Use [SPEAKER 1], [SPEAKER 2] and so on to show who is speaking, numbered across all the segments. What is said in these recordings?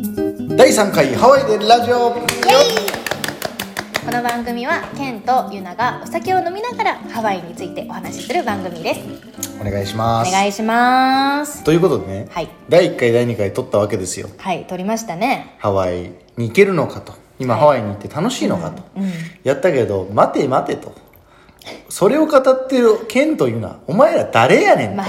[SPEAKER 1] 第3回ハワイでラジオ
[SPEAKER 2] この番組はケンとユナがお酒を飲みながらハワイについてお話しする番組です
[SPEAKER 1] お願いします
[SPEAKER 2] お願いします
[SPEAKER 1] ということでね、
[SPEAKER 2] はい
[SPEAKER 1] 第1回第2回撮ったわけですよ
[SPEAKER 2] はい撮りましたね
[SPEAKER 1] ハワイに行けるのかと今、ハワイに行って楽しいのかと、やったけど待て待てとそれを語ってるケンというのはお前ら誰やねんと、
[SPEAKER 2] 間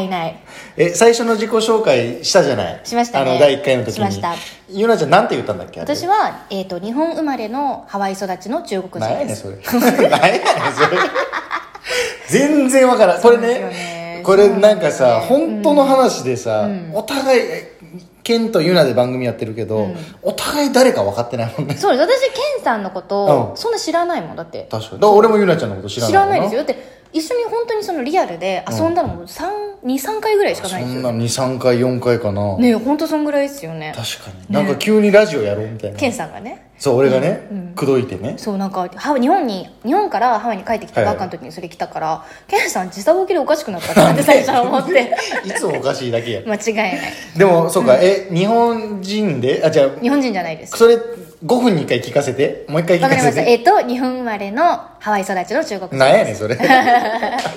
[SPEAKER 2] 違いない
[SPEAKER 1] え最初の自己紹介したじゃない
[SPEAKER 2] しましたね
[SPEAKER 1] あの第1回の時に
[SPEAKER 2] しました
[SPEAKER 1] ゆなちゃんなんて言ったんだっけあれ
[SPEAKER 2] 私は、えー、と日本生まれのハワイ育ちの中国
[SPEAKER 1] なんや
[SPEAKER 2] 人
[SPEAKER 1] ね
[SPEAKER 2] で
[SPEAKER 1] ん
[SPEAKER 2] す
[SPEAKER 1] それ なんやねんそれ全然わからんこれ
[SPEAKER 2] そうなんですよ
[SPEAKER 1] ね
[SPEAKER 2] ね
[SPEAKER 1] これなんかさ
[SPEAKER 2] そう
[SPEAKER 1] 本当の話でさ、お互いえケンとユナで番組やってるけど、お互い誰か分かってないもんね
[SPEAKER 2] そうです私ケンさんのこと、
[SPEAKER 1] うん
[SPEAKER 2] そんな知らないもんだって
[SPEAKER 1] 確かにだから俺もユナちゃんのこと知らない
[SPEAKER 2] 知らない
[SPEAKER 1] も
[SPEAKER 2] で
[SPEAKER 1] ん
[SPEAKER 2] すよだって一緒に本当にそのリアルで遊んだのも23回ぐらいしかない
[SPEAKER 1] そ
[SPEAKER 2] です
[SPEAKER 1] ん
[SPEAKER 2] よ
[SPEAKER 1] な23回4回かな、
[SPEAKER 2] ねえ本当そんぐらいですよね
[SPEAKER 1] 確かになんか急にラジオやろうみたいな、
[SPEAKER 2] ケンさんがね
[SPEAKER 1] そう俺がね、口説いてね
[SPEAKER 2] そうなんかハワイ日本に日本からハワイに帰ってきたばっかの時にそれ来たから、ケンさん時差ボケでおかしくなった なって最初は思って
[SPEAKER 1] いつもおかしいだけや
[SPEAKER 2] 間違いない
[SPEAKER 1] でもそうか、え日本人であじゃあ
[SPEAKER 2] 日本人じゃないです
[SPEAKER 1] それ5分に1回聞かせてもう1回聞
[SPEAKER 2] わ
[SPEAKER 1] か
[SPEAKER 2] かりま
[SPEAKER 1] せ
[SPEAKER 2] した
[SPEAKER 1] て
[SPEAKER 2] えっ、と日本生まれのハワイ育ちの中国人
[SPEAKER 1] なんやねんそ れ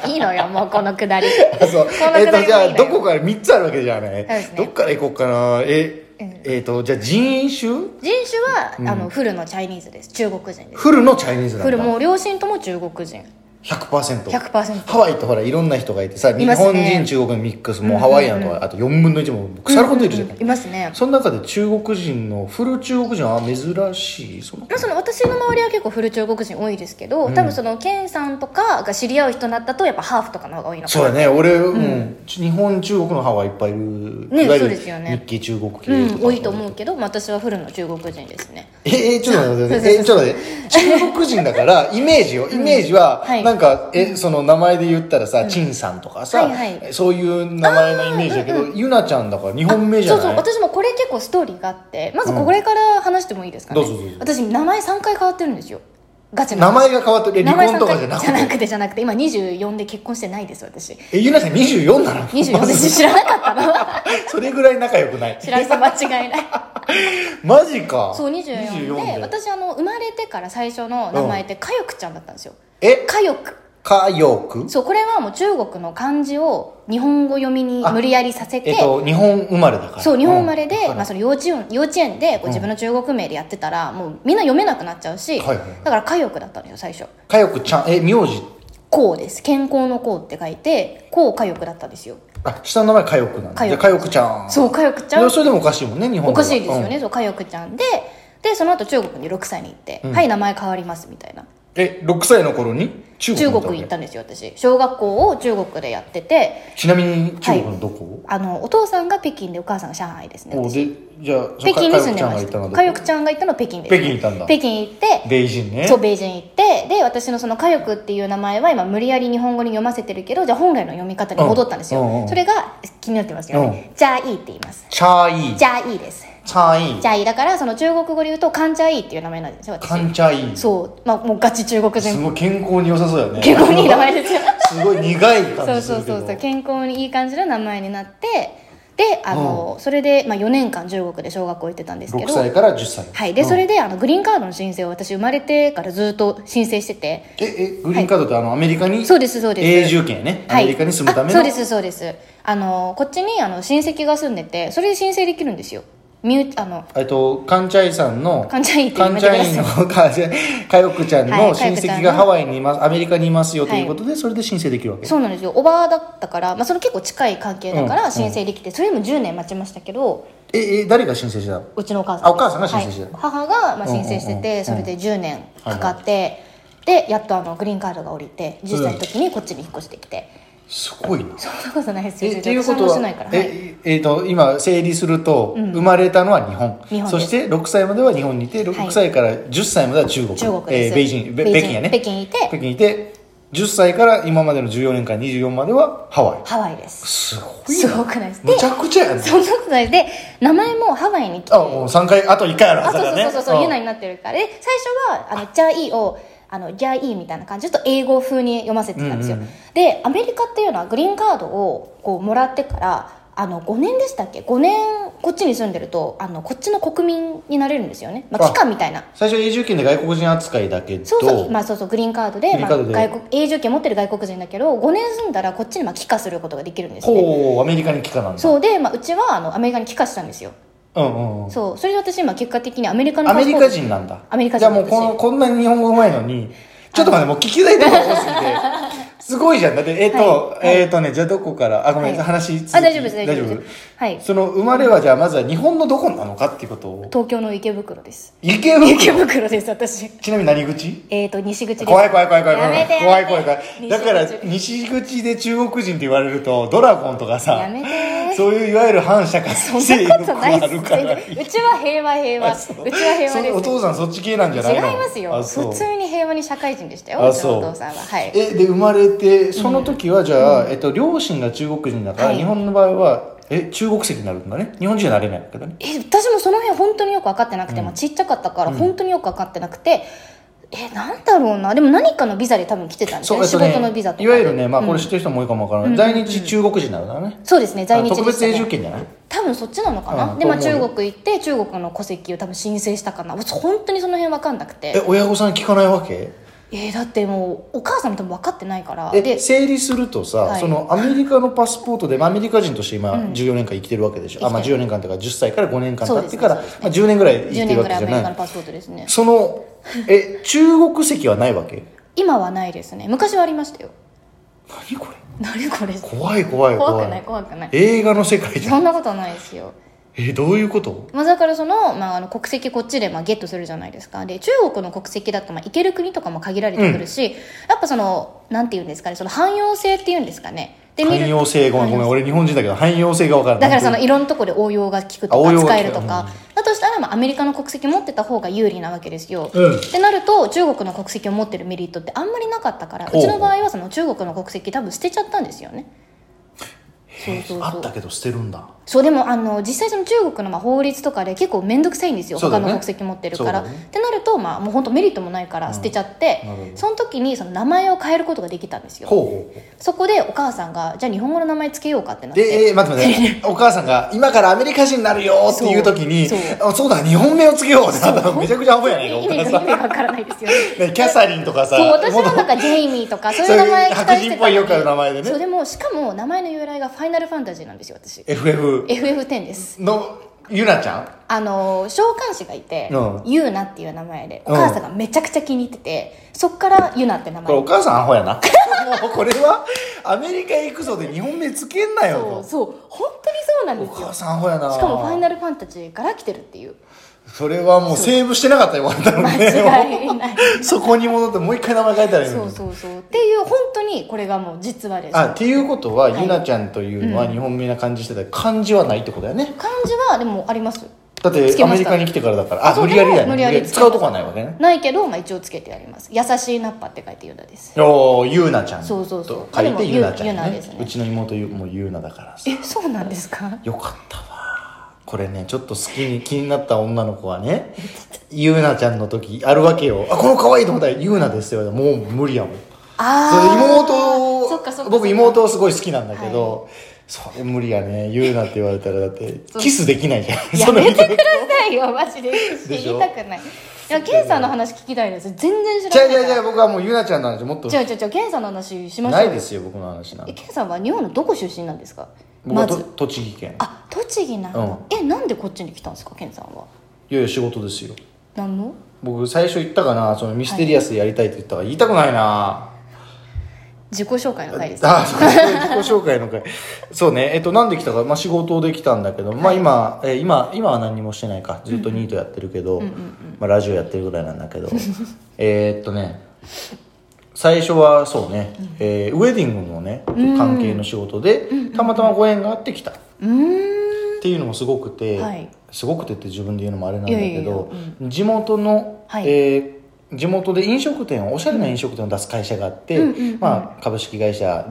[SPEAKER 2] いいのよもうこのくだり
[SPEAKER 1] あそう
[SPEAKER 2] この
[SPEAKER 1] えっ
[SPEAKER 2] く
[SPEAKER 1] と
[SPEAKER 2] だり
[SPEAKER 1] じゃあどこ
[SPEAKER 2] か
[SPEAKER 1] から3つあるわけじゃない、
[SPEAKER 2] そうですね
[SPEAKER 1] どっから行こうかなえ
[SPEAKER 2] うん
[SPEAKER 1] えっとじゃあ人種
[SPEAKER 2] 人種は、あのフルのチャイニーズです中国人です
[SPEAKER 1] フルのチャイニーズな
[SPEAKER 2] フ
[SPEAKER 1] ん
[SPEAKER 2] ルも
[SPEAKER 1] だ
[SPEAKER 2] う両親とも中国人
[SPEAKER 1] 100%,
[SPEAKER 2] 100%
[SPEAKER 1] ハワイってほらいろんな人がいてさ
[SPEAKER 2] い
[SPEAKER 1] 日
[SPEAKER 2] ます
[SPEAKER 1] 本
[SPEAKER 2] ね
[SPEAKER 1] 人中国人ミックスもうハワイアンとか、あと4分の1も腐るほどいるじゃない、
[SPEAKER 2] いますね
[SPEAKER 1] その中で中国人のフル中国人は珍しいその
[SPEAKER 2] まあ、その私の周りは結構フル中国人多いですけど、多分そのケンさんとかが知り合う人になったとやっぱハーフとかの方が多いのか
[SPEAKER 1] そうだね俺、うん日本中国のハワイいっぱいいる、
[SPEAKER 2] ね
[SPEAKER 1] いわゆる
[SPEAKER 2] そうですよね
[SPEAKER 1] 日系中国系
[SPEAKER 2] う
[SPEAKER 1] と
[SPEAKER 2] ん、
[SPEAKER 1] か
[SPEAKER 2] 多いと思うけど、まあ、私はフルの中国人ですね
[SPEAKER 1] ええちょっと待って待って、え
[SPEAKER 2] そう
[SPEAKER 1] ちょっと待って中国人だから イメージよイメージは、
[SPEAKER 2] はい
[SPEAKER 1] なんかえその名前で言ったらさ、陳さんとかさ、
[SPEAKER 2] はいは
[SPEAKER 1] そういう名前のイメージだけど、ゆなちゃんだから日本名じゃない
[SPEAKER 2] そうそう私もこれ結構ストーリーがあってまずこれから話してもいいですかね、
[SPEAKER 1] どうぞどうぞ
[SPEAKER 2] 私名前3回変わってるんですよガチの
[SPEAKER 1] 名前が変わってるえ
[SPEAKER 2] 名
[SPEAKER 1] 離
[SPEAKER 2] 前
[SPEAKER 1] 婚とかじゃなく
[SPEAKER 2] 3回じゃ
[SPEAKER 1] て
[SPEAKER 2] なくてじゃなくて今24で結婚してないです私
[SPEAKER 1] えゆなちゃん24なの
[SPEAKER 2] 24で知らな かったの
[SPEAKER 1] それぐらい仲良くない
[SPEAKER 2] 知らせ間違いない
[SPEAKER 1] マジか
[SPEAKER 2] そう24で私あの生まれてから最初の名前ってかよくちゃんだったんですよ
[SPEAKER 1] え
[SPEAKER 2] かよく
[SPEAKER 1] かよく
[SPEAKER 2] そうこれはもう中国の漢字を日本語読みに無理やりさせて、
[SPEAKER 1] えっと日本生まれだから
[SPEAKER 2] そう日本生まれ
[SPEAKER 1] うん
[SPEAKER 2] で、まあ、その幼稚園幼稚園でこう自分の中国名でやってたら、もうみんな読めなくなっちゃうし、
[SPEAKER 1] はいはいはい
[SPEAKER 2] だから家欲だったんですよ最初
[SPEAKER 1] かよくちゃんえ名字
[SPEAKER 2] 「こう」です健康の「こう」って書いて「こう家欲」だったんですよ
[SPEAKER 1] あ下の名前かよくなんだ
[SPEAKER 2] かよく
[SPEAKER 1] じゃあかよくちゃん
[SPEAKER 2] そう家欲ち
[SPEAKER 1] い
[SPEAKER 2] ゃん
[SPEAKER 1] やそれでもおかしいもんね日本では
[SPEAKER 2] おかしいですよね、
[SPEAKER 1] うん
[SPEAKER 2] そう家欲ちゃんででその後中国に6歳に行って「はい名前変わります」みたいな
[SPEAKER 1] え6歳の頃に中国
[SPEAKER 2] 中
[SPEAKER 1] に
[SPEAKER 2] 国行ったんですよ私小学校を中国でやってて
[SPEAKER 1] ちなみに中国のどこ、
[SPEAKER 2] あのお父さんが北京でお母さんが上海ですね
[SPEAKER 1] おでじゃあ
[SPEAKER 2] 北京に住んで
[SPEAKER 1] か
[SPEAKER 2] ま
[SPEAKER 1] よくちゃが行
[SPEAKER 2] し
[SPEAKER 1] ったの
[SPEAKER 2] た
[SPEAKER 1] はどこ
[SPEAKER 2] かよくちゃんが行ったのは北京です、
[SPEAKER 1] 北京行ったんだ
[SPEAKER 2] 北京行って
[SPEAKER 1] ベイジンね
[SPEAKER 2] そうベイジン行ってで私のその「火力」っていう名前は今無理やり日本語に読ませてるけどじゃあ本来の読み方に戻ったんですよ、
[SPEAKER 1] うんうんうん
[SPEAKER 2] それが気になってますよね「じゃあいい」って言います
[SPEAKER 1] チャーイ
[SPEAKER 2] 「じゃあいい」です
[SPEAKER 1] チャーイ
[SPEAKER 2] 「じゃあいい」だからその中国語で言うと「かんちゃいい」っていう名前なんですよ
[SPEAKER 1] カ
[SPEAKER 2] 私
[SPEAKER 1] ンチャイ
[SPEAKER 2] そうまあもうガチ中国
[SPEAKER 1] す
[SPEAKER 2] 人
[SPEAKER 1] ごい健康に良さそうよね
[SPEAKER 2] 健康にいい名前ですよ
[SPEAKER 1] すごい苦い
[SPEAKER 2] そ
[SPEAKER 1] 感
[SPEAKER 2] う
[SPEAKER 1] じす
[SPEAKER 2] そ
[SPEAKER 1] る
[SPEAKER 2] う
[SPEAKER 1] けど
[SPEAKER 2] そうそう健康にいい感じの名前になってであの、それで、まあ、4年間中国で小学校行ってたんですけ
[SPEAKER 1] 6
[SPEAKER 2] ど
[SPEAKER 1] 歳から10歳
[SPEAKER 2] はい、で、
[SPEAKER 1] うん
[SPEAKER 2] それであのグリーンカードの申請を私生まれてからずっと申請してて
[SPEAKER 1] ええグリーンカードってあのアメリカに
[SPEAKER 2] そうですそうです
[SPEAKER 1] 永住権ねア
[SPEAKER 2] はい
[SPEAKER 1] メリカに住むため
[SPEAKER 2] あそ
[SPEAKER 1] の
[SPEAKER 2] うですそうですあのこっちにあの親戚が住んでてそれで申請できるんですよ身内あの
[SPEAKER 1] えっとカンチャイさんの
[SPEAKER 2] カンチャイって
[SPEAKER 1] カ
[SPEAKER 2] 言
[SPEAKER 1] ン
[SPEAKER 2] って
[SPEAKER 1] チ
[SPEAKER 2] く
[SPEAKER 1] ャ
[SPEAKER 2] ださい
[SPEAKER 1] イのカンチャイかよくちゃん
[SPEAKER 2] は
[SPEAKER 1] の
[SPEAKER 2] いか
[SPEAKER 1] 親
[SPEAKER 2] よくちゃんの
[SPEAKER 1] 戚がハワイにいますアメリカにいますよということでそれで申請できるわけ
[SPEAKER 2] そうなんですよおばあだったから、まあ、それ結構近い関係だか
[SPEAKER 1] うんう
[SPEAKER 2] ら
[SPEAKER 1] ん
[SPEAKER 2] 申請できて、それでも10年待ちましたけど
[SPEAKER 1] ええ誰が申請したの
[SPEAKER 2] うちのお母さん
[SPEAKER 1] あお母さんが申請してた
[SPEAKER 2] はい母がまあ申請
[SPEAKER 1] うんうん
[SPEAKER 2] して
[SPEAKER 1] うんう
[SPEAKER 2] て
[SPEAKER 1] ん
[SPEAKER 2] それで10年かかってでやっとあのグリーンカードが降りて10歳の時にこっちに引っ越してきて、
[SPEAKER 1] すごいな
[SPEAKER 2] そんなことないですよ
[SPEAKER 1] え
[SPEAKER 2] 全
[SPEAKER 1] ってい
[SPEAKER 2] 然
[SPEAKER 1] う
[SPEAKER 2] 私
[SPEAKER 1] こと
[SPEAKER 2] はもうし
[SPEAKER 1] は、
[SPEAKER 2] ないから、はい
[SPEAKER 1] ええーと今整理すると、生まれたのは日本
[SPEAKER 2] 日本
[SPEAKER 1] そ
[SPEAKER 2] です
[SPEAKER 1] して6歳までは日本にいて6歳から10歳までは中国,、
[SPEAKER 2] 中国です
[SPEAKER 1] えーベイジンべ
[SPEAKER 2] ベイジン
[SPEAKER 1] 北京やね
[SPEAKER 2] 北京いて
[SPEAKER 1] 北京いて10歳から今までの14年間24まではハワイ
[SPEAKER 2] ハワイです
[SPEAKER 1] すごい
[SPEAKER 2] すごくないです
[SPEAKER 1] むちゃくちゃやね
[SPEAKER 2] そんなことないで名前もハワイに来て
[SPEAKER 1] あもう3回あと1回ある
[SPEAKER 2] あ
[SPEAKER 1] はず
[SPEAKER 2] そう
[SPEAKER 1] だか
[SPEAKER 2] そ
[SPEAKER 1] ら
[SPEAKER 2] う
[SPEAKER 1] ね
[SPEAKER 2] そうそうそう、ユナ
[SPEAKER 1] ん
[SPEAKER 2] になってるからで最初はあの「ジャイ」を「あのジャイ」みたいな感じでちょっと英語風に読ませてたんですよ、
[SPEAKER 1] うんうん
[SPEAKER 2] でアメリカっていうのはグリーンカードをこうもらってからあの5年でしたっけ5年こっちに住んでるとあのこっちの国民になれるんですよね、まあ、
[SPEAKER 1] あ
[SPEAKER 2] 期間みたいな
[SPEAKER 1] 最初永住権で外国人扱いだけど
[SPEAKER 2] そうそう,、まあ、そうそうグリーンカードで
[SPEAKER 1] グリーンカードで
[SPEAKER 2] まあ、外国永住権持ってる外国人だけど5年住んだらこっちにまあ帰化することができるんですね
[SPEAKER 1] ほうアメリカに帰化なんだ
[SPEAKER 2] そうで、まあ、うちはあのアメリカに帰化したんですよ
[SPEAKER 1] うんうんうん
[SPEAKER 2] そうそれで私今結果的にアメリカの
[SPEAKER 1] アメリカ
[SPEAKER 2] パスポート
[SPEAKER 1] 人なんだ
[SPEAKER 2] アメリカ人
[SPEAKER 1] じゃあもうこのこんなに日本語うまいのにちょっと待ってもう聞きたいとこ多すぎて すごいじゃんだってえっ、と、
[SPEAKER 2] はいはい
[SPEAKER 1] えっ、とねじゃあどこからあごめんなさい、
[SPEAKER 2] はい
[SPEAKER 1] 話続き
[SPEAKER 2] あ大丈夫です大丈夫です
[SPEAKER 1] 大
[SPEAKER 2] はい
[SPEAKER 1] その生まれはじゃあまずは日本のどこなのかっていうことを
[SPEAKER 2] 東京の池袋です
[SPEAKER 1] 池
[SPEAKER 2] 池
[SPEAKER 1] 袋
[SPEAKER 2] 袋です私
[SPEAKER 1] ちなみに何口
[SPEAKER 2] えっ、と西口です
[SPEAKER 1] 怖い怖い怖い怖い
[SPEAKER 2] や
[SPEAKER 1] 怖
[SPEAKER 2] め
[SPEAKER 1] い
[SPEAKER 2] て
[SPEAKER 1] 怖い怖い怖
[SPEAKER 2] やめ
[SPEAKER 1] い
[SPEAKER 2] て
[SPEAKER 1] だから
[SPEAKER 2] 西口
[SPEAKER 1] 西口で中国人って言われるとドラゴンとか
[SPEAKER 2] や
[SPEAKER 1] さ
[SPEAKER 2] めて
[SPEAKER 1] そういういわゆる反社会
[SPEAKER 2] そん
[SPEAKER 1] 性
[SPEAKER 2] な
[SPEAKER 1] 欲
[SPEAKER 2] こと
[SPEAKER 1] が
[SPEAKER 2] ない
[SPEAKER 1] あ
[SPEAKER 2] っす
[SPEAKER 1] るから
[SPEAKER 2] 全然うちは平和平和う
[SPEAKER 1] あ
[SPEAKER 2] ち
[SPEAKER 1] そう
[SPEAKER 2] は平和です
[SPEAKER 1] そお父さんそっち系なんじゃないの
[SPEAKER 2] 違いますよ
[SPEAKER 1] あそう
[SPEAKER 2] 普通に平和に社会人でしたよ
[SPEAKER 1] あ
[SPEAKER 2] うちのお
[SPEAKER 1] そう
[SPEAKER 2] 父さんははい
[SPEAKER 1] えで生まれてその時はじゃあ、えっと、両親が中国人だから、
[SPEAKER 2] はい
[SPEAKER 1] 日本の場合はえ中国籍になるんだね日本人にはなれないわけだね
[SPEAKER 2] え私もその辺本当によく分かってなくて、まあ、ちっちゃかったから本当によく分かってなくて、えなんだろうなでも何かのビザで多分来てたんですよね
[SPEAKER 1] えっ
[SPEAKER 2] 仕
[SPEAKER 1] とね
[SPEAKER 2] 事のビザとか
[SPEAKER 1] い
[SPEAKER 2] で
[SPEAKER 1] わゆるね、まあ、これ知ってる人も多いかもわからない、在日中国人なんだね
[SPEAKER 2] そうですね在日
[SPEAKER 1] あ特別永
[SPEAKER 2] ね
[SPEAKER 1] 住権じゃない
[SPEAKER 2] 多分そっちなのかな、
[SPEAKER 1] うん
[SPEAKER 2] で、まあ、
[SPEAKER 1] と思う
[SPEAKER 2] 中
[SPEAKER 1] よ
[SPEAKER 2] 国行って中国の戸籍を多分申請したかな私本当にその辺分かんなく
[SPEAKER 1] え
[SPEAKER 2] て
[SPEAKER 1] 親御さん聞かないわけ
[SPEAKER 2] えーだってもうお母さんも多分分かってないから
[SPEAKER 1] え
[SPEAKER 2] で
[SPEAKER 1] 整理するとさ、
[SPEAKER 2] はい
[SPEAKER 1] そのアメリカのパスポートで、まあ、アメリカ人として今14年間生きてるわけでしょ、あまあ、
[SPEAKER 2] 生きて
[SPEAKER 1] 14年間というか10歳から5年間経ってから、
[SPEAKER 2] そうですね
[SPEAKER 1] まあ、10年ぐらい生
[SPEAKER 2] 10
[SPEAKER 1] きて
[SPEAKER 2] 年
[SPEAKER 1] る
[SPEAKER 2] ぐ
[SPEAKER 1] わけ
[SPEAKER 2] らいア
[SPEAKER 1] じゃ
[SPEAKER 2] メリカ
[SPEAKER 1] な
[SPEAKER 2] の
[SPEAKER 1] い
[SPEAKER 2] パスポートですね
[SPEAKER 1] そのえ中国籍はないわけ
[SPEAKER 2] 今はないですね昔はありましたよ
[SPEAKER 1] 何これ
[SPEAKER 2] 何これ
[SPEAKER 1] 怖い怖い怖い
[SPEAKER 2] 怖くない怖くない
[SPEAKER 1] 映画の世界じゃ
[SPEAKER 2] そ
[SPEAKER 1] ん
[SPEAKER 2] んなことないですよ
[SPEAKER 1] えどういうこと
[SPEAKER 2] まあ、だからその,、まあ、あの国籍こっちでまあゲットするじゃないですかで中国の国籍だとまあ行ける国とかも限られてくるし、やっぱそのなんていうんですかねその汎用性っていうんですかねで見
[SPEAKER 1] 汎
[SPEAKER 2] る
[SPEAKER 1] 用性ごめんごめん俺日本人だけど汎用性が分からな
[SPEAKER 2] だ
[SPEAKER 1] い
[SPEAKER 2] からそのい
[SPEAKER 1] 本
[SPEAKER 2] ろんなところで応用が効く
[SPEAKER 1] あ
[SPEAKER 2] と
[SPEAKER 1] 応
[SPEAKER 2] か
[SPEAKER 1] 用が効く
[SPEAKER 2] 使えるとかだとしたらまあアメリカの国籍持ってた方が有利なわけですよ、
[SPEAKER 1] うん
[SPEAKER 2] ってなると中国の国籍を持ってるメリットってあんまりなかったからう
[SPEAKER 1] ほう
[SPEAKER 2] ちの場合はその中国の国籍多分捨てちゃったんですよね
[SPEAKER 1] 当に
[SPEAKER 2] そうそう
[SPEAKER 1] あ
[SPEAKER 2] そう
[SPEAKER 1] ったけど捨てるんだ
[SPEAKER 2] そうでもあの実際その中国のまあ法律とかで結構面倒くさいんですよ、
[SPEAKER 1] そうだ
[SPEAKER 2] 他
[SPEAKER 1] ね
[SPEAKER 2] の国籍持ってるから、
[SPEAKER 1] そうだね
[SPEAKER 2] ってなると、まあ、もう本当メリットもないから捨てちゃって、
[SPEAKER 1] なるほど
[SPEAKER 2] その時にその名前を変えることができたんですよ
[SPEAKER 1] ほうほうほ
[SPEAKER 2] そこでお母さんがじゃあ日本語の名前つけようかってなっ
[SPEAKER 1] う
[SPEAKER 2] て
[SPEAKER 1] で、えー、待って待 ってお母さんが今からアメリカ人になるよっていう時に
[SPEAKER 2] そう
[SPEAKER 1] あそうだ日本名をつけようってなったら めちゃくちゃアホやないかお
[SPEAKER 2] 意味
[SPEAKER 1] 母さ
[SPEAKER 2] が意
[SPEAKER 1] ん
[SPEAKER 2] 味がわからないですよね
[SPEAKER 1] ねキャサリンとかさ
[SPEAKER 2] そう私はなん
[SPEAKER 1] 元
[SPEAKER 2] かジェイミー とかそういう名前期待してたのに
[SPEAKER 1] 白人っぽいよくある名前でね
[SPEAKER 2] そうでもしかも名前の由来が「ファイナルファンタジー」なんですよ私
[SPEAKER 1] FF
[SPEAKER 2] FF10 です
[SPEAKER 1] のゆなちゃん
[SPEAKER 2] あの召喚師がいて、
[SPEAKER 1] うん
[SPEAKER 2] ユーナっていう名前で
[SPEAKER 1] う
[SPEAKER 2] お
[SPEAKER 1] ん
[SPEAKER 2] 母さんがめちゃくちゃ気に入ってて、そっからユーナって名
[SPEAKER 1] これ
[SPEAKER 2] 前
[SPEAKER 1] お母さんアホやな もうこれはアメリカ行くぞで日本名つけんな
[SPEAKER 2] そう
[SPEAKER 1] よ
[SPEAKER 2] そう本当にそうなん
[SPEAKER 1] とお
[SPEAKER 2] ですよ
[SPEAKER 1] 母
[SPEAKER 2] し
[SPEAKER 1] さんアホやな
[SPEAKER 2] かも「ファイナルファンタジー」から来てるっていう
[SPEAKER 1] それはもうセーブしてなかったよあんたのね
[SPEAKER 2] 間違い ない
[SPEAKER 1] そこに戻ってもう一回名前変えたらいい
[SPEAKER 2] そ
[SPEAKER 1] の
[SPEAKER 2] う
[SPEAKER 1] に
[SPEAKER 2] そうそうっていう本当にこれがもう実話です
[SPEAKER 1] あっていうことは、
[SPEAKER 2] はい
[SPEAKER 1] ゆなちゃんというのは日本名な感じしてたけど漢字はないってことだよね
[SPEAKER 2] 漢字はでもあります
[SPEAKER 1] だって
[SPEAKER 2] つけ
[SPEAKER 1] ア
[SPEAKER 2] ま
[SPEAKER 1] メ
[SPEAKER 2] し
[SPEAKER 1] リ
[SPEAKER 2] た
[SPEAKER 1] カに来てからだからあ
[SPEAKER 2] そう
[SPEAKER 1] 無理やりだ
[SPEAKER 2] で
[SPEAKER 1] ね
[SPEAKER 2] も
[SPEAKER 1] 無
[SPEAKER 2] 無
[SPEAKER 1] 理
[SPEAKER 2] 理
[SPEAKER 1] や
[SPEAKER 2] や
[SPEAKER 1] り
[SPEAKER 2] り
[SPEAKER 1] 使うとこはないわけね
[SPEAKER 2] ないけど、まあ、一応つけてあります「優しいナッパ」って書いてユーナです
[SPEAKER 1] おーゆなちゃん
[SPEAKER 2] そうそうそう
[SPEAKER 1] と書いて
[SPEAKER 2] でも
[SPEAKER 1] ゆなちゃん、ね、
[SPEAKER 2] ゆなですね
[SPEAKER 1] うちの妹ゆもうゆなだからさ
[SPEAKER 2] えそうなんですか
[SPEAKER 1] よかったわこれねちょっと好きに気になった女の子は ねゆなちゃんの時あるわけよあこの可愛いと思ったらゆなですよもう無理やもんそれ
[SPEAKER 2] あ
[SPEAKER 1] 妹を
[SPEAKER 2] そっかそっか
[SPEAKER 1] 僕妹をすごい好きなんだけど、それ無理やね言うなって言われたらだって
[SPEAKER 2] そう
[SPEAKER 1] キスできないじゃん
[SPEAKER 2] や
[SPEAKER 1] その
[SPEAKER 2] め
[SPEAKER 1] 人
[SPEAKER 2] てくださ いよマジで
[SPEAKER 1] で
[SPEAKER 2] 知
[SPEAKER 1] し
[SPEAKER 2] り
[SPEAKER 1] ょ
[SPEAKER 2] たくないいやケンさんの話聞きたいです全然知
[SPEAKER 1] じゃ
[SPEAKER 2] ら
[SPEAKER 1] あじゃ
[SPEAKER 2] な
[SPEAKER 1] あじ
[SPEAKER 2] いか
[SPEAKER 1] ゃあ
[SPEAKER 2] ら
[SPEAKER 1] 僕はもうゆなちゃんの話もっと
[SPEAKER 2] じゃあじゃあじゃあケンさんの話しましょう
[SPEAKER 1] な
[SPEAKER 2] よ
[SPEAKER 1] いですよ僕の話なん
[SPEAKER 2] え
[SPEAKER 1] て
[SPEAKER 2] ケンさんは日本のどこ出身なんですか
[SPEAKER 1] 僕は
[SPEAKER 2] ま
[SPEAKER 1] と
[SPEAKER 2] ず
[SPEAKER 1] 栃木県
[SPEAKER 2] あ栃木なんだ、
[SPEAKER 1] うん
[SPEAKER 2] えなんでこっちに来たんですかケンさんはい
[SPEAKER 1] やいや仕事ですよ
[SPEAKER 2] 何の
[SPEAKER 1] 僕最初言ったかなそのミステリアスでやりたいって言ったから言いたくないな、
[SPEAKER 2] 自己紹介の回です
[SPEAKER 1] あそう自己紹介の回そうねえっとなんで来たか、まあ、仕事で来たんだけど、まあ今、えー今今は何もしてないかずっとニートやってるけど、まあ、ラジオやってるぐらいなんだけど えーっとね最初はそうね、えーウェディングのね関係の仕事で、たまたまご縁があってきたっ
[SPEAKER 2] うーん
[SPEAKER 1] ていうのもすごくて、
[SPEAKER 2] はい
[SPEAKER 1] すごくてって自分で言うのもあれなんだ
[SPEAKER 2] いや
[SPEAKER 1] け
[SPEAKER 2] いやいや
[SPEAKER 1] ど地元の、
[SPEAKER 2] はい
[SPEAKER 1] えー地元で飲食店をおしゃれな飲食店を出す会社があって、
[SPEAKER 2] うんうんうん
[SPEAKER 1] まあ、株式会社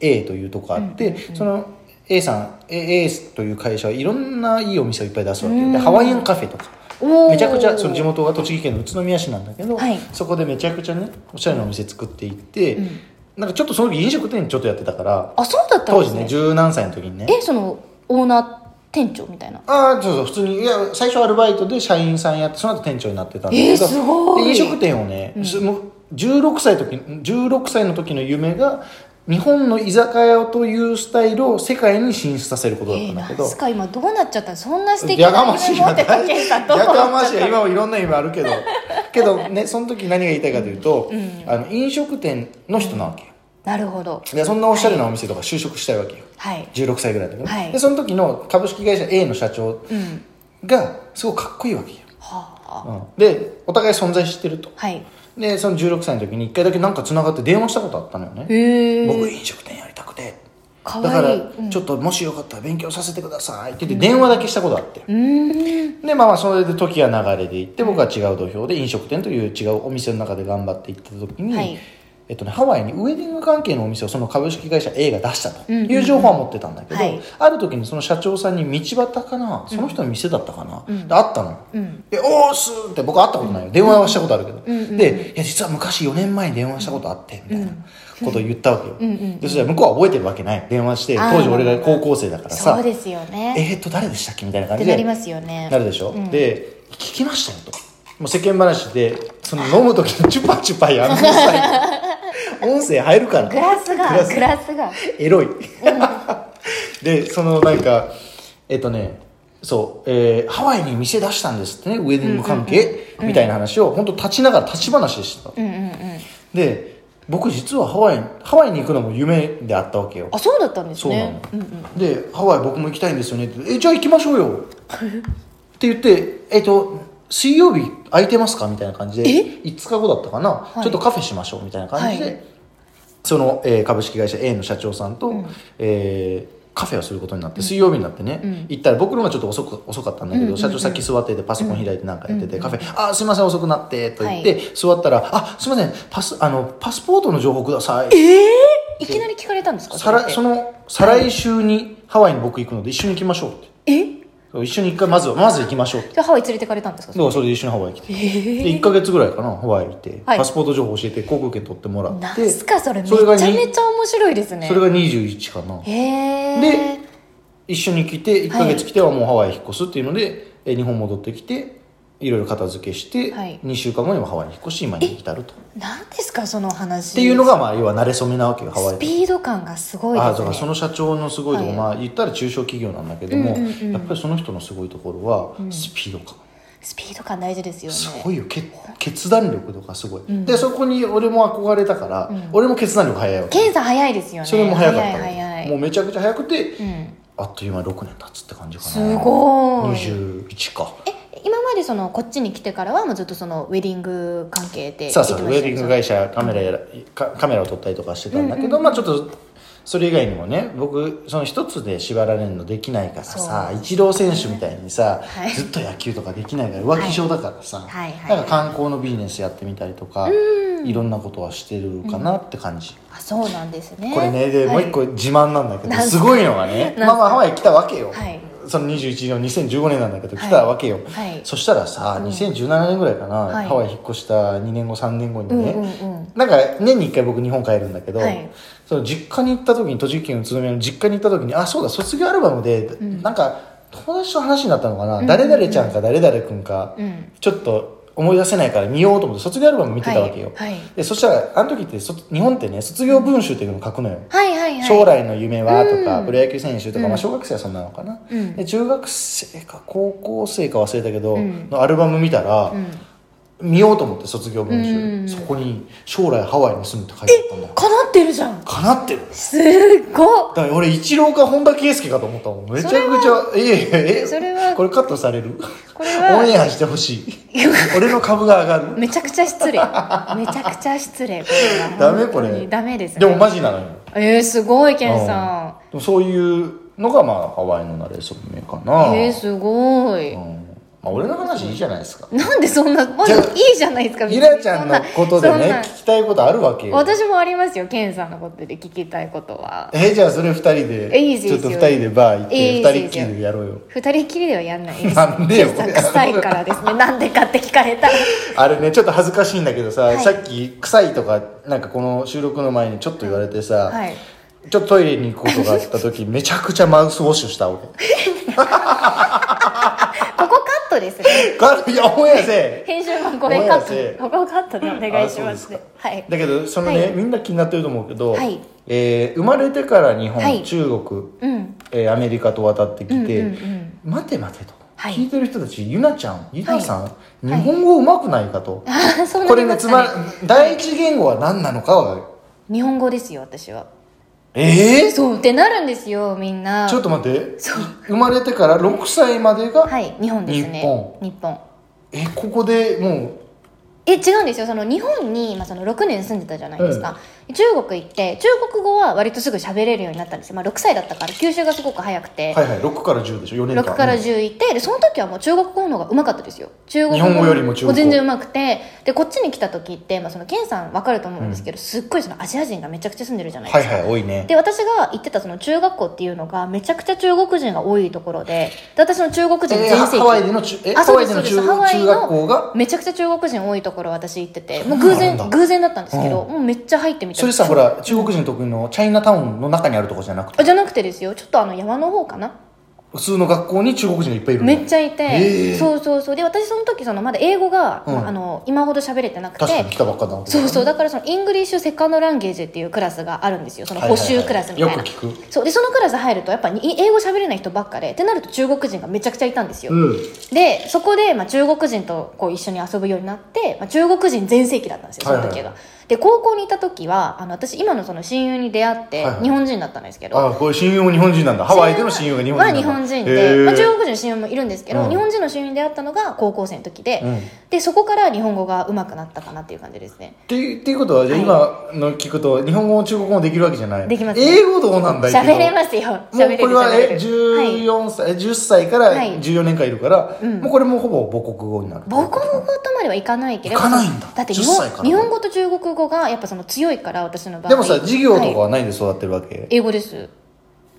[SPEAKER 1] A というとこあって、その A さん A, A という会社はいろんないいお店をいっぱい出すわけよでハワイアンカフェとか
[SPEAKER 2] おー
[SPEAKER 1] めちゃくちゃその地元が栃木県の宇都宮市なんだけど、
[SPEAKER 2] はい
[SPEAKER 1] そこでめちゃくちゃねおしゃれなお店作っていって、
[SPEAKER 2] うん
[SPEAKER 1] なんかちょっとその時飲食店ちょっとやってたから
[SPEAKER 2] あそうだったん
[SPEAKER 1] 当
[SPEAKER 2] で
[SPEAKER 1] 時
[SPEAKER 2] す
[SPEAKER 1] ね
[SPEAKER 2] ね
[SPEAKER 1] 十何歳の時にね
[SPEAKER 2] えそのオーナー店長みたいな
[SPEAKER 1] ああそうそう普通にいや最初アルバイトで社員さんやってその後店長になってたん
[SPEAKER 2] え
[SPEAKER 1] で
[SPEAKER 2] ー
[SPEAKER 1] すけど、
[SPEAKER 2] すごい
[SPEAKER 1] で飲食店をね、すもう16歳時16歳の時の夢が日本の居酒屋というスタイルを世界に進出させることだったんだけ
[SPEAKER 2] えー、
[SPEAKER 1] ど、
[SPEAKER 2] なんすか今どうなっちゃったのそんな素敵
[SPEAKER 1] や
[SPEAKER 2] な
[SPEAKER 1] かましい
[SPEAKER 2] 夢持
[SPEAKER 1] な
[SPEAKER 2] ってたケンさんどう
[SPEAKER 1] や
[SPEAKER 2] なっちゃ
[SPEAKER 1] かま
[SPEAKER 2] っ
[SPEAKER 1] しい
[SPEAKER 2] た
[SPEAKER 1] 今もいろんな夢あるけど けどねその時何が言いたいかというと、あの飲食店の人なわけよ
[SPEAKER 2] なるほど
[SPEAKER 1] でそんなおしゃれなお店とか就職したいわけよ
[SPEAKER 2] はい
[SPEAKER 1] 16歳ぐらいの時ね、
[SPEAKER 2] はい
[SPEAKER 1] でその時の株式会社 A の社長
[SPEAKER 2] うん
[SPEAKER 1] がすごくかっこいいわけよ、
[SPEAKER 2] はあ
[SPEAKER 1] うんでお互い存在してると
[SPEAKER 2] はい
[SPEAKER 1] でその16歳の時に1回だけなんかつながって電話したことあったのよね
[SPEAKER 2] へえ
[SPEAKER 1] 僕飲食店やりたくて
[SPEAKER 2] か
[SPEAKER 1] だか
[SPEAKER 2] わいい
[SPEAKER 1] らちょっともしよかったら勉強させてくださいって言って電話だけしたことあって、
[SPEAKER 2] うん
[SPEAKER 1] でまあまあそれで時が流れていって僕は違う土俵で飲食店という違うお店の中で頑張っていった時に、
[SPEAKER 2] はい
[SPEAKER 1] えっとね、ハワイにウェディング関係のお店をその株式会社 A が出したという情報は持ってたんだけど、
[SPEAKER 2] はい
[SPEAKER 1] ある時にその社長さんに道端かなその人の店だったかな、で会ったの、
[SPEAKER 2] うん
[SPEAKER 1] で「おーす」って僕会ったことないよ電話はしたことあるけど、
[SPEAKER 2] うんうん
[SPEAKER 1] で「いや実は昔4年前に電話したことあって」みたいなことを言ったわけよ、
[SPEAKER 2] うんうん
[SPEAKER 1] でそれは向こうは覚えてるわけない電話して
[SPEAKER 2] あー
[SPEAKER 1] 当時俺が高校生だから
[SPEAKER 2] そ
[SPEAKER 1] さ
[SPEAKER 2] うですよ
[SPEAKER 1] 「
[SPEAKER 2] ね
[SPEAKER 1] えーっと誰でしたっけ?」みたいな
[SPEAKER 2] っ
[SPEAKER 1] 感
[SPEAKER 2] て
[SPEAKER 1] じ
[SPEAKER 2] な
[SPEAKER 1] で
[SPEAKER 2] りますよね
[SPEAKER 1] なるでしょ、
[SPEAKER 2] うん
[SPEAKER 1] で聞きましたよともう世間話でその飲む時にチュパチュパやめなさ い音声入るから
[SPEAKER 2] グラスが
[SPEAKER 1] グラス
[SPEAKER 2] グラスが
[SPEAKER 1] エロい でそのなんかえっとねそう、えーハワイに店出したんですってねウェディング関係、みたいな話を本当立ちながら立ち話でした、
[SPEAKER 2] うんうんうん
[SPEAKER 1] で僕実はハワイハワイに行くのも夢であったわけよ
[SPEAKER 2] あそうだったんです
[SPEAKER 1] そうなの、
[SPEAKER 2] ねうんうん
[SPEAKER 1] でハワイ僕も行きたいんですよねってえじゃあ行きましょう よって言ってえっ、と水曜日空いてますかみたいな感じで
[SPEAKER 2] え
[SPEAKER 1] 5日後だったかな、
[SPEAKER 2] い
[SPEAKER 1] ちょっとカフェしましょうみたいな感じで、
[SPEAKER 2] はい
[SPEAKER 1] その、えー株式会社 A の社長さんと、えーカフェをすることになって水曜日になってね、
[SPEAKER 2] うん
[SPEAKER 1] 行ったら僕の方がちょっと遅く遅かったんだけど、
[SPEAKER 2] うんうんうん
[SPEAKER 1] 社長先座っててパソコン開いてなんかやってて、
[SPEAKER 2] うん
[SPEAKER 1] カフェ「あーすいません遅くなって」と言って、座ったら「あすいませんパスあのパスポートの情報ください」
[SPEAKER 2] いきなり聞かれたんですか
[SPEAKER 1] さ
[SPEAKER 2] そ
[SPEAKER 1] ら
[SPEAKER 2] れ
[SPEAKER 1] その再来週にハワイに僕行くので一緒に行きましょうって
[SPEAKER 2] えじ
[SPEAKER 1] そう一緒に一回まずはまず行きましょうって
[SPEAKER 2] ゃあハワイ連れてかれたんですか
[SPEAKER 1] だからそれで一緒にハワイ来て、
[SPEAKER 2] え
[SPEAKER 1] で1か月ぐらいかなハワイ行って、
[SPEAKER 2] はい
[SPEAKER 1] パスポート情報教えて航空券取ってもら
[SPEAKER 2] な
[SPEAKER 1] っ
[SPEAKER 2] ん
[SPEAKER 1] て
[SPEAKER 2] すかそれめち
[SPEAKER 1] それがに
[SPEAKER 2] ゃめちゃ面白いですね
[SPEAKER 1] それが21かな
[SPEAKER 2] へ
[SPEAKER 1] で
[SPEAKER 2] え
[SPEAKER 1] 一緒に来て1か月来てはもうハワイ引っ越すっていうので、え日本戻ってきていろいろ片付けして、
[SPEAKER 2] はい
[SPEAKER 1] 2週間後にもハワイに引っ越し今に至るとっ
[SPEAKER 2] 何ですかその話って
[SPEAKER 1] いうのがまあ要は慣れ初めなわけよハワイ
[SPEAKER 2] ス
[SPEAKER 1] と
[SPEAKER 2] ピード感がすごい
[SPEAKER 1] ああ
[SPEAKER 2] で
[SPEAKER 1] だから
[SPEAKER 2] す
[SPEAKER 1] そ
[SPEAKER 2] ね
[SPEAKER 1] の社長のすごいところ、
[SPEAKER 2] は
[SPEAKER 1] まあ言ったら中小企業なんだけども、
[SPEAKER 2] うんうんうん
[SPEAKER 1] やっぱりその人のすごいところはスピード感、
[SPEAKER 2] スピード感大事ですよね
[SPEAKER 1] すごいよ決決断力とかすごい、
[SPEAKER 2] ん
[SPEAKER 1] でそこに俺も憧れたから、俺も決断力早いわけ
[SPEAKER 2] 検査早いですよね
[SPEAKER 1] それも早かったの
[SPEAKER 2] 早い早い
[SPEAKER 1] もうめちゃくちゃ早くて
[SPEAKER 2] うん
[SPEAKER 1] あっという間に6年経つって感じかな
[SPEAKER 2] すごい
[SPEAKER 1] 21か
[SPEAKER 2] え今までそのこっちに来てからはもうずっとそのウェディング関係で
[SPEAKER 1] さあさあウェ
[SPEAKER 2] 営業して
[SPEAKER 1] ディン
[SPEAKER 2] るんです
[SPEAKER 1] グ
[SPEAKER 2] か
[SPEAKER 1] 会社カメラやらカカメラを撮ったりとかしてたんだけど、まあちょっとそれ以外にもね僕その一つで縛られるのできないからさ
[SPEAKER 2] そう
[SPEAKER 1] イチロー選手みたいにさ、
[SPEAKER 2] はい
[SPEAKER 1] ずっと野球とかできないから浮気症だからさ、
[SPEAKER 2] はいはい
[SPEAKER 1] なんか観光のビジネスやってみたりとか、いろんなことはしてるかなって感じ、
[SPEAKER 2] あそうなんですね
[SPEAKER 1] これねで、
[SPEAKER 2] は
[SPEAKER 1] も
[SPEAKER 2] い
[SPEAKER 1] う一個自慢なんだけど
[SPEAKER 2] なんす
[SPEAKER 1] す
[SPEAKER 2] か
[SPEAKER 1] ごいのがね
[SPEAKER 2] なんすか
[SPEAKER 1] まあまあハワイ来たわけよ、
[SPEAKER 2] はい
[SPEAKER 1] その21年2015年なんだけど来たわけよ、
[SPEAKER 2] はいはい
[SPEAKER 1] そしたらさ2017年ぐらいかな、
[SPEAKER 2] はい
[SPEAKER 1] ハワイ引っ越した2年後3年後に
[SPEAKER 2] うん
[SPEAKER 1] ね、
[SPEAKER 2] うんうん
[SPEAKER 1] なんか年に1回僕日本帰るんだけど、
[SPEAKER 2] はい
[SPEAKER 1] その実家に行った時に栃木県宇都宮の実家に行った時にあそうだ卒業アルバムで、なんか友達と話になったのかな、誰々ちゃんか誰々君か、
[SPEAKER 2] うん
[SPEAKER 1] ちょっと思い出せないから見ようと思って卒業アルバム見てたわけよ、
[SPEAKER 2] はいはい
[SPEAKER 1] でそしたらあの時ってそ日本ってね卒業文集っていうのを書くのよ、
[SPEAKER 2] はいはいはい
[SPEAKER 1] 将来の夢はとか、
[SPEAKER 2] うん
[SPEAKER 1] プロ野球選手とか、
[SPEAKER 2] うん
[SPEAKER 1] まあ、小学生はそんなのかな、
[SPEAKER 2] うん
[SPEAKER 1] で中学生か高校生か忘れたけど、
[SPEAKER 2] うん
[SPEAKER 1] のアルバム見たら、
[SPEAKER 2] うん
[SPEAKER 1] 見ようと思って卒業文集、
[SPEAKER 2] うん
[SPEAKER 1] そこに「将来ハワイに住む」って書いてあったんだよ
[SPEAKER 2] かなってるじゃん
[SPEAKER 1] かなってる
[SPEAKER 2] すっごっ
[SPEAKER 1] だから俺イチローか本田圭佑かと思ったもんめちゃくちゃいやいやえ
[SPEAKER 2] それは
[SPEAKER 1] これカットされる
[SPEAKER 2] これは
[SPEAKER 1] オンエアしてほしい俺の株が上がる
[SPEAKER 2] めちゃくちゃ失礼めちゃくちゃ失礼これ は
[SPEAKER 1] ダメこれ
[SPEAKER 2] 本当にダメですね
[SPEAKER 1] でもマジなのよ
[SPEAKER 2] えー、すごいケンさ
[SPEAKER 1] うんでもそういうのがまあハワイの慣れ初めか
[SPEAKER 2] ん
[SPEAKER 1] な
[SPEAKER 2] えー、すごい、
[SPEAKER 1] うんまあ、俺の話いいじゃないですか
[SPEAKER 2] なんでそんなもう
[SPEAKER 1] じゃあ
[SPEAKER 2] いいじゃないですか
[SPEAKER 1] イラちゃんのことで
[SPEAKER 2] そんな
[SPEAKER 1] ね聞きたいことあるわけよ
[SPEAKER 2] 私もありますよケンさんのことで聞きたいことは
[SPEAKER 1] えじゃあそれ二人
[SPEAKER 2] えいい
[SPEAKER 1] でち
[SPEAKER 2] ですよ
[SPEAKER 1] ょっと二人でバー行っ
[SPEAKER 2] い
[SPEAKER 1] て
[SPEAKER 2] い
[SPEAKER 1] 二
[SPEAKER 2] ですよ
[SPEAKER 1] 人っきりでやろうよ
[SPEAKER 2] 二人きりではやんないです
[SPEAKER 1] なんでよ
[SPEAKER 2] ケンさん臭いからですねなんでかって聞か れたら
[SPEAKER 1] あれねちょっと恥ずかしいんだけどさ、
[SPEAKER 2] はい
[SPEAKER 1] さっき臭いとかなんかこの収録の前にちょっと言われてさ、
[SPEAKER 2] はい
[SPEAKER 1] ちょっとトイレに行くことがあった時めちゃくちゃマウスウォッシュした俺
[SPEAKER 2] ここカットですね
[SPEAKER 1] かいやオンエアせ
[SPEAKER 2] 編集もこ
[SPEAKER 1] ご
[SPEAKER 2] れカ
[SPEAKER 1] めんな
[SPEAKER 2] ッ
[SPEAKER 1] さ
[SPEAKER 2] トここカットでお願いしま
[SPEAKER 1] あそう
[SPEAKER 2] す
[SPEAKER 1] ですか
[SPEAKER 2] はい
[SPEAKER 1] だけどそのね、
[SPEAKER 2] はい
[SPEAKER 1] みんな気になってると思うけど、
[SPEAKER 2] はい
[SPEAKER 1] えー生まれてから日本、
[SPEAKER 2] はい
[SPEAKER 1] 中国、
[SPEAKER 2] うん
[SPEAKER 1] えーアメリカと渡ってきて、
[SPEAKER 2] うんうんうん
[SPEAKER 1] 待て待てと、
[SPEAKER 2] はい
[SPEAKER 1] 聞いてる人たちゆなちゃんゆなさん、
[SPEAKER 2] はい
[SPEAKER 1] 日本語うまくないかと、
[SPEAKER 2] あそうな
[SPEAKER 1] こ
[SPEAKER 2] り
[SPEAKER 1] れ
[SPEAKER 2] ま
[SPEAKER 1] ね
[SPEAKER 2] し
[SPEAKER 1] つ
[SPEAKER 2] た
[SPEAKER 1] ま
[SPEAKER 2] ね
[SPEAKER 1] 第一言語は何なのかは
[SPEAKER 2] 日本語ですよ私は
[SPEAKER 1] ええ
[SPEAKER 2] そうってなるんですよみんな
[SPEAKER 1] ちょっと待って
[SPEAKER 2] そう
[SPEAKER 1] 生まれてから6歳までが、
[SPEAKER 2] はい日本ですね
[SPEAKER 1] 日本
[SPEAKER 2] 日本
[SPEAKER 1] えここでも
[SPEAKER 2] え違うんですよその日本に、まあ、その6年住んでたじゃないですか、中国行って中国語は割とすぐ喋れるようになったんですよ、まあ、6歳だったから吸収がすごく早く
[SPEAKER 1] う
[SPEAKER 2] て、
[SPEAKER 1] はいはい6から10でしょ4年間
[SPEAKER 2] 6から10行ってでその時はもう中国語の方がうまかったですよ中国
[SPEAKER 1] 日本語よりも中国語
[SPEAKER 2] 全然うまくてでこっちに来た時って、まあ、そのケンさん分かると思うんですけど、すっごいそのアジア人がめちゃくちゃ住んでるじゃないです
[SPEAKER 1] は
[SPEAKER 2] か、
[SPEAKER 1] いはい多いね
[SPEAKER 2] で私が行ってたその中学校っていうのがめちゃくちゃ中国人が多いところでで私の中国人
[SPEAKER 1] え
[SPEAKER 2] 全
[SPEAKER 1] ーハ
[SPEAKER 2] 盛期、
[SPEAKER 1] ワイでの中え
[SPEAKER 2] あ
[SPEAKER 1] ハ
[SPEAKER 2] そう
[SPEAKER 1] ワ
[SPEAKER 2] で
[SPEAKER 1] イ
[SPEAKER 2] す
[SPEAKER 1] での中
[SPEAKER 2] そうですハワイの
[SPEAKER 1] 中学校が
[SPEAKER 2] めちゃくちゃ中国人多いところ私行ってて
[SPEAKER 1] そう
[SPEAKER 2] も
[SPEAKER 1] な
[SPEAKER 2] う
[SPEAKER 1] だ
[SPEAKER 2] ん偶然偶然だったんですけど、
[SPEAKER 1] う
[SPEAKER 2] もうめっちゃ入ってみた
[SPEAKER 1] それさほら中国人得意のチャイナタウンの中にあるとこじゃなくて
[SPEAKER 2] あじゃなくてですよちょっとあの山の方かな
[SPEAKER 1] 普通の学校に中国人がいっぱいいるの
[SPEAKER 2] めっちゃいて、
[SPEAKER 1] へえ
[SPEAKER 2] そうそうそうで私その時そのまだ英語が、
[SPEAKER 1] うん
[SPEAKER 2] まああの今ほど喋れてなく
[SPEAKER 1] 確かに
[SPEAKER 2] て
[SPEAKER 1] 来たばっかだな
[SPEAKER 2] そうそううだからそのイングリッシュセカンドランゲージっていうクラスがあるんですよその補習クラスみたいな、
[SPEAKER 1] よく聞く
[SPEAKER 2] そうでそのクラス入るとやっぱに英語喋れない人ばっかでってなると中国人がめちゃくちゃいたんですよ、
[SPEAKER 1] うん
[SPEAKER 2] でそこで、まあ、中国人とこう一緒に遊ぶようになって、まあ、中国人全盛期だったんですよその時が、
[SPEAKER 1] はいはい
[SPEAKER 2] で高校にいた時はあの私今のその親友に出会って、
[SPEAKER 1] はいはい
[SPEAKER 2] 日本人だったんですけど
[SPEAKER 1] あこれ親友も日本人なんだハワイでの親友が日本人な
[SPEAKER 2] は
[SPEAKER 1] ん
[SPEAKER 2] 日
[SPEAKER 1] だ
[SPEAKER 2] 本人
[SPEAKER 1] へ
[SPEAKER 2] で、
[SPEAKER 1] ー
[SPEAKER 2] まあ、中国人の親友もいるんですけど、
[SPEAKER 1] うん
[SPEAKER 2] 日本人の親友に出会ったのが高校生の時で、
[SPEAKER 1] うん
[SPEAKER 2] でそこから日本語が上手くなったかなっていう感じですね
[SPEAKER 1] ってっていうことはじゃあ今の聞くと日本語も中国語もできるわけじゃない
[SPEAKER 2] できますね
[SPEAKER 1] 英語どうなんだいけど
[SPEAKER 2] 喋れますよ
[SPEAKER 1] も
[SPEAKER 2] 喋れ
[SPEAKER 1] う
[SPEAKER 2] る
[SPEAKER 1] これは
[SPEAKER 2] 喋れ
[SPEAKER 1] え
[SPEAKER 2] るはい
[SPEAKER 1] 14歳、10歳から
[SPEAKER 2] はい
[SPEAKER 1] 14年間いるから、
[SPEAKER 2] うん
[SPEAKER 1] もうこれもほぼ母国語になる
[SPEAKER 2] 母国語とまではいかないけれど
[SPEAKER 1] いかないんだ
[SPEAKER 2] って日
[SPEAKER 1] 10歳から
[SPEAKER 2] 本日本語と中国語がやっぱその強いから私の場合
[SPEAKER 1] でもさ授業とか
[SPEAKER 2] はい
[SPEAKER 1] は何で育ってるわけ、
[SPEAKER 2] 英語です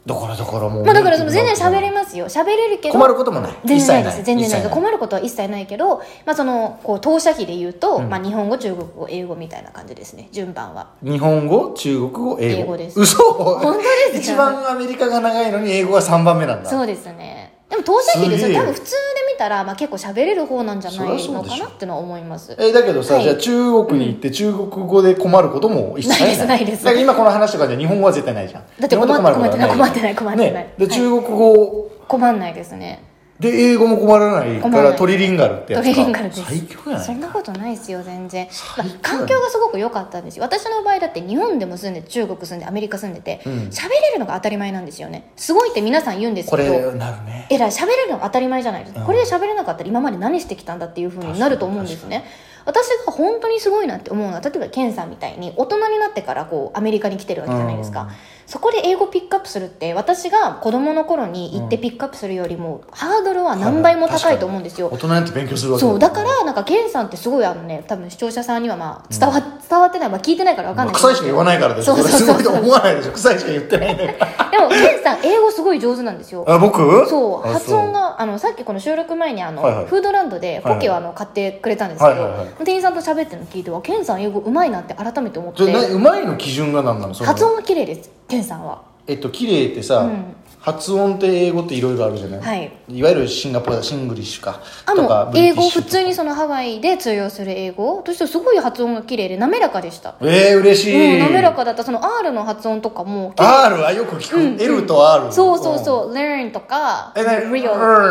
[SPEAKER 1] だからだからもう、
[SPEAKER 2] まあだからその全然喋れますよ喋れるけど
[SPEAKER 1] 困ることもない
[SPEAKER 2] 全
[SPEAKER 1] 一
[SPEAKER 2] 然ない
[SPEAKER 1] 切
[SPEAKER 2] で
[SPEAKER 1] ない
[SPEAKER 2] す全然ないです
[SPEAKER 1] 一切
[SPEAKER 2] 困ることは一切ないけど、まあ、そのこう当社費で言うと、
[SPEAKER 1] うん
[SPEAKER 2] まあ、日本語中国語英語みたいな感じですね順番は
[SPEAKER 1] 日本語中国語英語
[SPEAKER 2] 英語です
[SPEAKER 1] 嘘
[SPEAKER 2] 本当です
[SPEAKER 1] 一番アメリカが長いのに英語が3番目なんだ
[SPEAKER 2] そうですねでも当社費で
[SPEAKER 1] す
[SPEAKER 2] すよ
[SPEAKER 1] げえ
[SPEAKER 2] 多分普通で見たら、まあ、結構喋れる方なんじゃな
[SPEAKER 1] そりゃ
[SPEAKER 2] い
[SPEAKER 1] そう
[SPEAKER 2] の
[SPEAKER 1] で
[SPEAKER 2] か
[SPEAKER 1] しょ
[SPEAKER 2] なってのは思います
[SPEAKER 1] えだけどさ、
[SPEAKER 2] はい
[SPEAKER 1] じゃあ中国に行って中国語で困ることも一切ない,、
[SPEAKER 2] ないですないです
[SPEAKER 1] だから今この話とかじゃ日本語は絶対ないじゃん
[SPEAKER 2] だっ
[SPEAKER 1] 日
[SPEAKER 2] て
[SPEAKER 1] 本語
[SPEAKER 2] 困ってない
[SPEAKER 1] ことは
[SPEAKER 2] 困ってない困ってない
[SPEAKER 1] ねで
[SPEAKER 2] はい
[SPEAKER 1] 中国語
[SPEAKER 2] 困んないですね
[SPEAKER 1] で英語も困らないか
[SPEAKER 2] 困ら
[SPEAKER 1] ら
[SPEAKER 2] ない
[SPEAKER 1] トリリンガルってや
[SPEAKER 2] ト
[SPEAKER 1] つか
[SPEAKER 2] リリンガルです
[SPEAKER 1] 最強や
[SPEAKER 2] そん
[SPEAKER 1] ね
[SPEAKER 2] なことないですよ全然、ま
[SPEAKER 1] 最
[SPEAKER 2] あ
[SPEAKER 1] 強やね
[SPEAKER 2] 環境がすごく良かったんですよ私の場合だって日本でも住んで中国住んでアメリカ住んでて
[SPEAKER 1] うん
[SPEAKER 2] 喋、れるのが当たり前なんですよねすごいって皆さん言うんです
[SPEAKER 1] こ
[SPEAKER 2] けど
[SPEAKER 1] れなるね
[SPEAKER 2] えらい喋れるのが当たり前じゃないですか、
[SPEAKER 1] うん
[SPEAKER 2] これで喋れなかったら今まで何してきたんだっていうふうになると思うんですね私が本当にすごいなって思うのは例えばケンさんみたいに大人になってからこうアメリカに来てるわけじゃないですか、
[SPEAKER 1] うん
[SPEAKER 2] そこで英語ピックアップするって私が子供の頃に行ってピックアップするよりもハードルは何倍も高いと思うんですよ、
[SPEAKER 1] 大人になって勉強するわけ
[SPEAKER 2] そうだかららなんかケンさんってすごいあのね多分視聴者さんにはまあ伝わ,、伝わってない、まあ、聞いてないから分かんない
[SPEAKER 1] 臭いしか言わないからでしょ
[SPEAKER 2] そうそう
[SPEAKER 1] それ
[SPEAKER 2] そう
[SPEAKER 1] すごいと思わないでしょ臭いしか言ってないんだから
[SPEAKER 2] でもケンさん英語すごい上手なんですよ
[SPEAKER 1] あ僕
[SPEAKER 2] そう
[SPEAKER 1] あ
[SPEAKER 2] 発音があのさっきこの収録前にあの、
[SPEAKER 1] はいはい
[SPEAKER 2] フードランドでポケをあの買ってくれたんですけど、
[SPEAKER 1] はいはいはい
[SPEAKER 2] 店員さんと喋ってるの聞いてはケンさん英語うまいなって改めて思っ
[SPEAKER 1] じ
[SPEAKER 2] て
[SPEAKER 1] ゃあなうまいの基準が何なのその
[SPEAKER 2] 発音が綺麗ですケンさんは
[SPEAKER 1] えっと綺麗ってさ、
[SPEAKER 2] うん
[SPEAKER 1] 発音って英語っていろいろあるじゃない、
[SPEAKER 2] はい、
[SPEAKER 1] わゆるシンガポールだシングリッシュか
[SPEAKER 2] あ
[SPEAKER 1] とか
[SPEAKER 2] もう
[SPEAKER 1] ブリ
[SPEAKER 2] 英
[SPEAKER 1] ティッ
[SPEAKER 2] 語
[SPEAKER 1] シュ
[SPEAKER 2] 普
[SPEAKER 1] とか
[SPEAKER 2] 通にそのハワイで通用する英語としてはすごい発音が綺麗で滑らかでした、
[SPEAKER 1] えー、嬉しい、
[SPEAKER 2] うん、滑らかだったその R の発音とかも
[SPEAKER 1] R はよく聞く、L と R
[SPEAKER 2] そうそうそう「learn」とか
[SPEAKER 1] えな
[SPEAKER 2] real」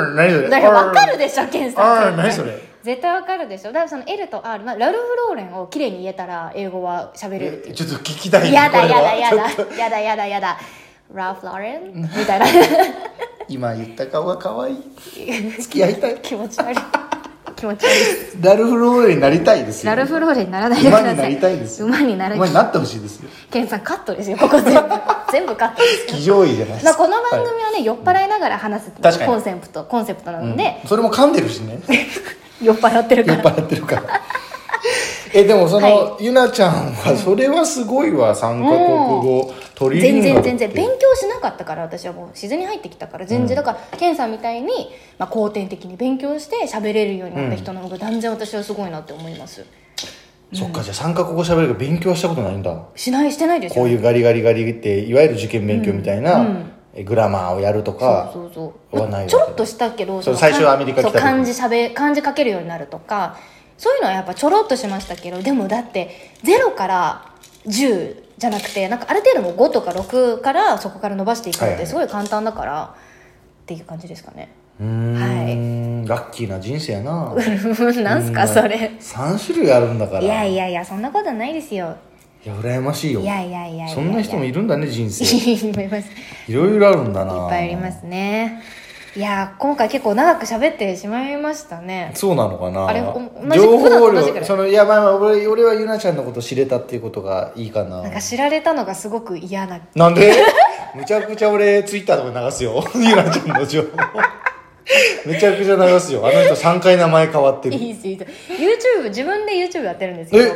[SPEAKER 1] うん何それ
[SPEAKER 2] だ から分かる
[SPEAKER 1] で
[SPEAKER 2] でしょケンさん
[SPEAKER 1] R 何それ
[SPEAKER 2] 絶対分かるでしょだからその L と R、まあ、ラルフ・ローレンを綺麗に言えたら英語は喋れるっていう
[SPEAKER 1] ちょっと聞き たい
[SPEAKER 2] やだ
[SPEAKER 1] これは
[SPEAKER 2] やだや
[SPEAKER 1] ちょっと
[SPEAKER 2] だやだやだやだラフ・ローレンみたいな
[SPEAKER 1] 今言った顔が可愛い 付き合いたい
[SPEAKER 2] 気持ち悪い気持ち悪いです
[SPEAKER 1] ラルフローレンになりたいですよ
[SPEAKER 2] ラルフ・ローレンにならないでく
[SPEAKER 1] 馬
[SPEAKER 2] だ
[SPEAKER 1] にな
[SPEAKER 2] さい
[SPEAKER 1] りたいですよ
[SPEAKER 2] 馬になる
[SPEAKER 1] 馬になってほしいですよ
[SPEAKER 2] ケンさんカットですよここ 全部全部カットです
[SPEAKER 1] 騎乗位じゃないです
[SPEAKER 2] まあ、
[SPEAKER 1] か
[SPEAKER 2] この番組はね、酔っ払いながら話すっていう
[SPEAKER 1] 確かに
[SPEAKER 2] コンセプトコンセプトなの
[SPEAKER 1] はい
[SPEAKER 2] で、
[SPEAKER 1] うんそれも噛んでるしね
[SPEAKER 2] 酔っ払ってる
[SPEAKER 1] 酔
[SPEAKER 2] か
[SPEAKER 1] っ
[SPEAKER 2] ら
[SPEAKER 1] 払ってるから えでもその、ゆなちゃんはそれはすごいわ三カ国語トリリ
[SPEAKER 2] 全
[SPEAKER 1] ンガル
[SPEAKER 2] 然
[SPEAKER 1] って
[SPEAKER 2] 全然勉強しなかったから私はもう自然に入ってきたから全然、だからケンさんみたいに、まあ、後天的に勉強して喋れるようになった人の方が断然私はすごいなって思います、
[SPEAKER 1] そっかじゃあ三カ国語喋るけど勉強はしたことないんだ
[SPEAKER 2] しないしてないです
[SPEAKER 1] こ
[SPEAKER 2] よ
[SPEAKER 1] ういうガリガリガリっていわゆる受験勉強みたいな、
[SPEAKER 2] うんうん
[SPEAKER 1] えグラマーをやるとか
[SPEAKER 2] そうそう
[SPEAKER 1] はないわけ
[SPEAKER 2] ちょろっとしたけど
[SPEAKER 1] そう
[SPEAKER 2] の
[SPEAKER 1] 最初はアメリカ来た時
[SPEAKER 2] そう漢字しゃべ漢字書けるようになるとかそういうのはやっぱちょろっとしましたけどでもだって0から10じゃなくてなんかある程度も5とか6からそこから伸ばしていくの
[SPEAKER 1] はい
[SPEAKER 2] っ
[SPEAKER 1] は
[SPEAKER 2] て
[SPEAKER 1] い
[SPEAKER 2] すごい簡単だから、っていう感じですかね
[SPEAKER 1] うーん、ラッキーな人生やな
[SPEAKER 2] なんすか
[SPEAKER 1] うん
[SPEAKER 2] それ
[SPEAKER 1] 3種類あるんだから
[SPEAKER 2] いやいやいやそんなことないですよ
[SPEAKER 1] いや羨ましいよ
[SPEAKER 2] いやいやいやいや
[SPEAKER 1] そんな人もいるんだね人生
[SPEAKER 2] いっぱいいます
[SPEAKER 1] いろいろあるんだない
[SPEAKER 2] っぱいありますねいやー今回結構長く喋ってしまいましたね
[SPEAKER 1] そうなのかな
[SPEAKER 2] あれお同じ
[SPEAKER 1] 情報
[SPEAKER 2] 普段と同じくら
[SPEAKER 1] 量
[SPEAKER 2] い
[SPEAKER 1] そのいやまあまあ俺俺はゆなちゃんのこと知れたっていうことがいいかな
[SPEAKER 2] なんか知られたのがすごく嫌な
[SPEAKER 1] なんで むちゃくちゃ俺ツイッターとか流すよ ゆなちゃんの情報 むちゃくちゃ流すよあの人3回名前変わってる
[SPEAKER 2] いいですいいです YouTube 自分で YouTube やってるんですけ
[SPEAKER 1] え
[SPEAKER 2] ど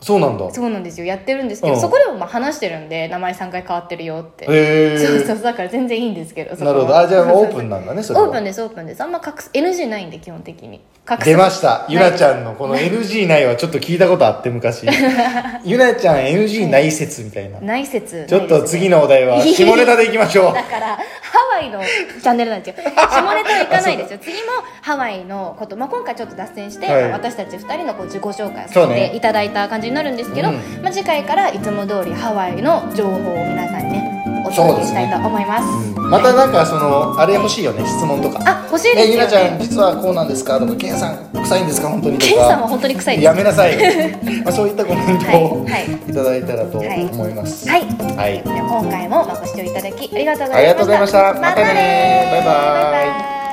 [SPEAKER 1] そうなんだ
[SPEAKER 2] そうなんですよやってるんですけど、
[SPEAKER 1] うん
[SPEAKER 2] そこでもまあ話してるんで名前3回変わってるよって、
[SPEAKER 1] へえ
[SPEAKER 2] そうそうだから全然いいんですけどそこ
[SPEAKER 1] な
[SPEAKER 2] は
[SPEAKER 1] るほどあじゃあオープンなんだねそれは
[SPEAKER 2] オープンですオープンですあんま隠す NG ないんで基本的に隠す
[SPEAKER 1] 出ましたゆなち
[SPEAKER 2] ゃん
[SPEAKER 1] ゃんのこの NG ないはちょっと聞いたことあって 昔ゆなちゃん NG ない説みたいな
[SPEAKER 2] 内説ない
[SPEAKER 1] ちょっと次
[SPEAKER 2] の
[SPEAKER 1] のお題 は下ネタでいきましょう
[SPEAKER 2] だからハワイのチャンネルなんですよ下ネタはいかないですよ次もハワイのこと、まあ、今回ちょっと脱線して、
[SPEAKER 1] はい
[SPEAKER 2] 私たち2人のこう自己紹介を
[SPEAKER 1] そ
[SPEAKER 2] さ
[SPEAKER 1] う
[SPEAKER 2] せ
[SPEAKER 1] ね
[SPEAKER 2] ていただいた感じになるんですけど、
[SPEAKER 1] うん
[SPEAKER 2] まあ、次回からいつも通りハワイの情報を皆さんにねお届けしたいと思います
[SPEAKER 1] うんまたなんかそのあれ欲しいよね質問とか
[SPEAKER 2] あ欲しいで
[SPEAKER 1] え
[SPEAKER 2] す
[SPEAKER 1] ゆ
[SPEAKER 2] よ、
[SPEAKER 1] なちゃん
[SPEAKER 2] ね、
[SPEAKER 1] 実はこうなんですかとかケンさん臭いんですか本当にとか
[SPEAKER 2] ケンさんは本当に臭いです
[SPEAKER 1] やめなさい まあそういったコメントを、
[SPEAKER 2] はいはい
[SPEAKER 1] い、ただいたらと
[SPEAKER 2] はい
[SPEAKER 1] 思います
[SPEAKER 2] はい
[SPEAKER 1] はい
[SPEAKER 2] では今回もまあご視聴いただきありがとうご
[SPEAKER 1] あ
[SPEAKER 2] ざ
[SPEAKER 1] りが
[SPEAKER 2] いま
[SPEAKER 1] とうご
[SPEAKER 2] し
[SPEAKER 1] ざい
[SPEAKER 2] た
[SPEAKER 1] ました
[SPEAKER 2] ま
[SPEAKER 1] また
[SPEAKER 2] たね
[SPEAKER 1] ねバイバイ
[SPEAKER 2] バイバイ